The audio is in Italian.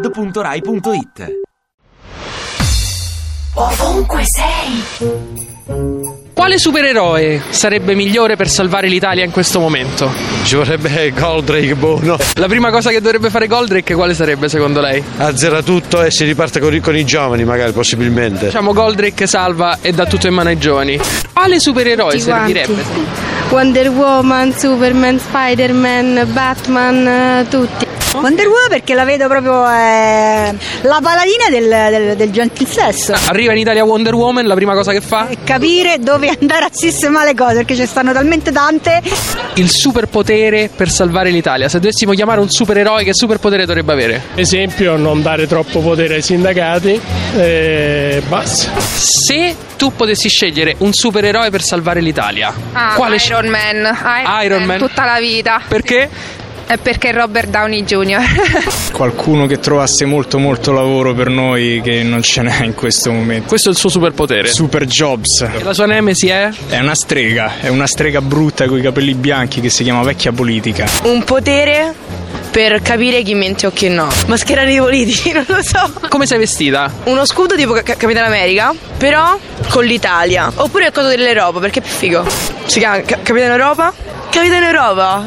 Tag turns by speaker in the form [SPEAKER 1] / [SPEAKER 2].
[SPEAKER 1] radio2pod.rai.it
[SPEAKER 2] Ovunque sei,
[SPEAKER 3] Quale supereroe sarebbe migliore per salvare l'Italia in questo momento?
[SPEAKER 4] Ci vorrebbe boh, Goldrake buono.
[SPEAKER 3] La prima cosa che dovrebbe fare Goldrake quale sarebbe secondo lei?
[SPEAKER 4] Azzera tutto e si riparte con, i- con i giovani, magari, possibilmente.
[SPEAKER 3] Diciamo Goldrake salva e dà tutto in mano ai giovani. Quale supereroe
[SPEAKER 5] Tutti quanti.
[SPEAKER 3] servirebbe?
[SPEAKER 5] Wonder Woman, Superman, Spider-Man, Batman, eh, tutti.
[SPEAKER 6] Wonder Woman perché la vedo proprio eh, la paladina del, del, del gentil sesso.
[SPEAKER 3] Arriva in Italia Wonder Woman, la prima cosa che fa?
[SPEAKER 6] E capire dove andare a sistemare le cose perché ce ne stanno talmente tante.
[SPEAKER 3] Il superpotere per salvare l'Italia. Se dovessimo chiamare un supereroe che superpotere dovrebbe avere?
[SPEAKER 7] esempio non dare troppo potere ai sindacati e basta.
[SPEAKER 3] Se tu potessi scegliere un supereroe per salvare l'Italia,
[SPEAKER 8] Ah,
[SPEAKER 3] quale sce-
[SPEAKER 8] Iron Man. Iron,
[SPEAKER 3] Iron Man?
[SPEAKER 8] Tutta la vita.
[SPEAKER 3] Perché?
[SPEAKER 8] È perché Robert Downey Jr.
[SPEAKER 9] Qualcuno che trovasse molto molto lavoro per noi che non ce n'è in questo momento.
[SPEAKER 3] Questo è il suo superpotere.
[SPEAKER 9] Super Jobs
[SPEAKER 3] E la sua nemesi è?
[SPEAKER 9] è una strega, è una strega brutta con i capelli bianchi che si chiama vecchia politica.
[SPEAKER 10] un potere per capire chi mente o chi no. Mascherare i politici, non lo so.
[SPEAKER 3] Come sei vestita?
[SPEAKER 10] Uno scudo tipo Ca- Capitano America, però con l'Italia. Oppure il coso dell'Europa, perché è più figo. Si chiama Ca- Capitano Europa? Capitano Europa!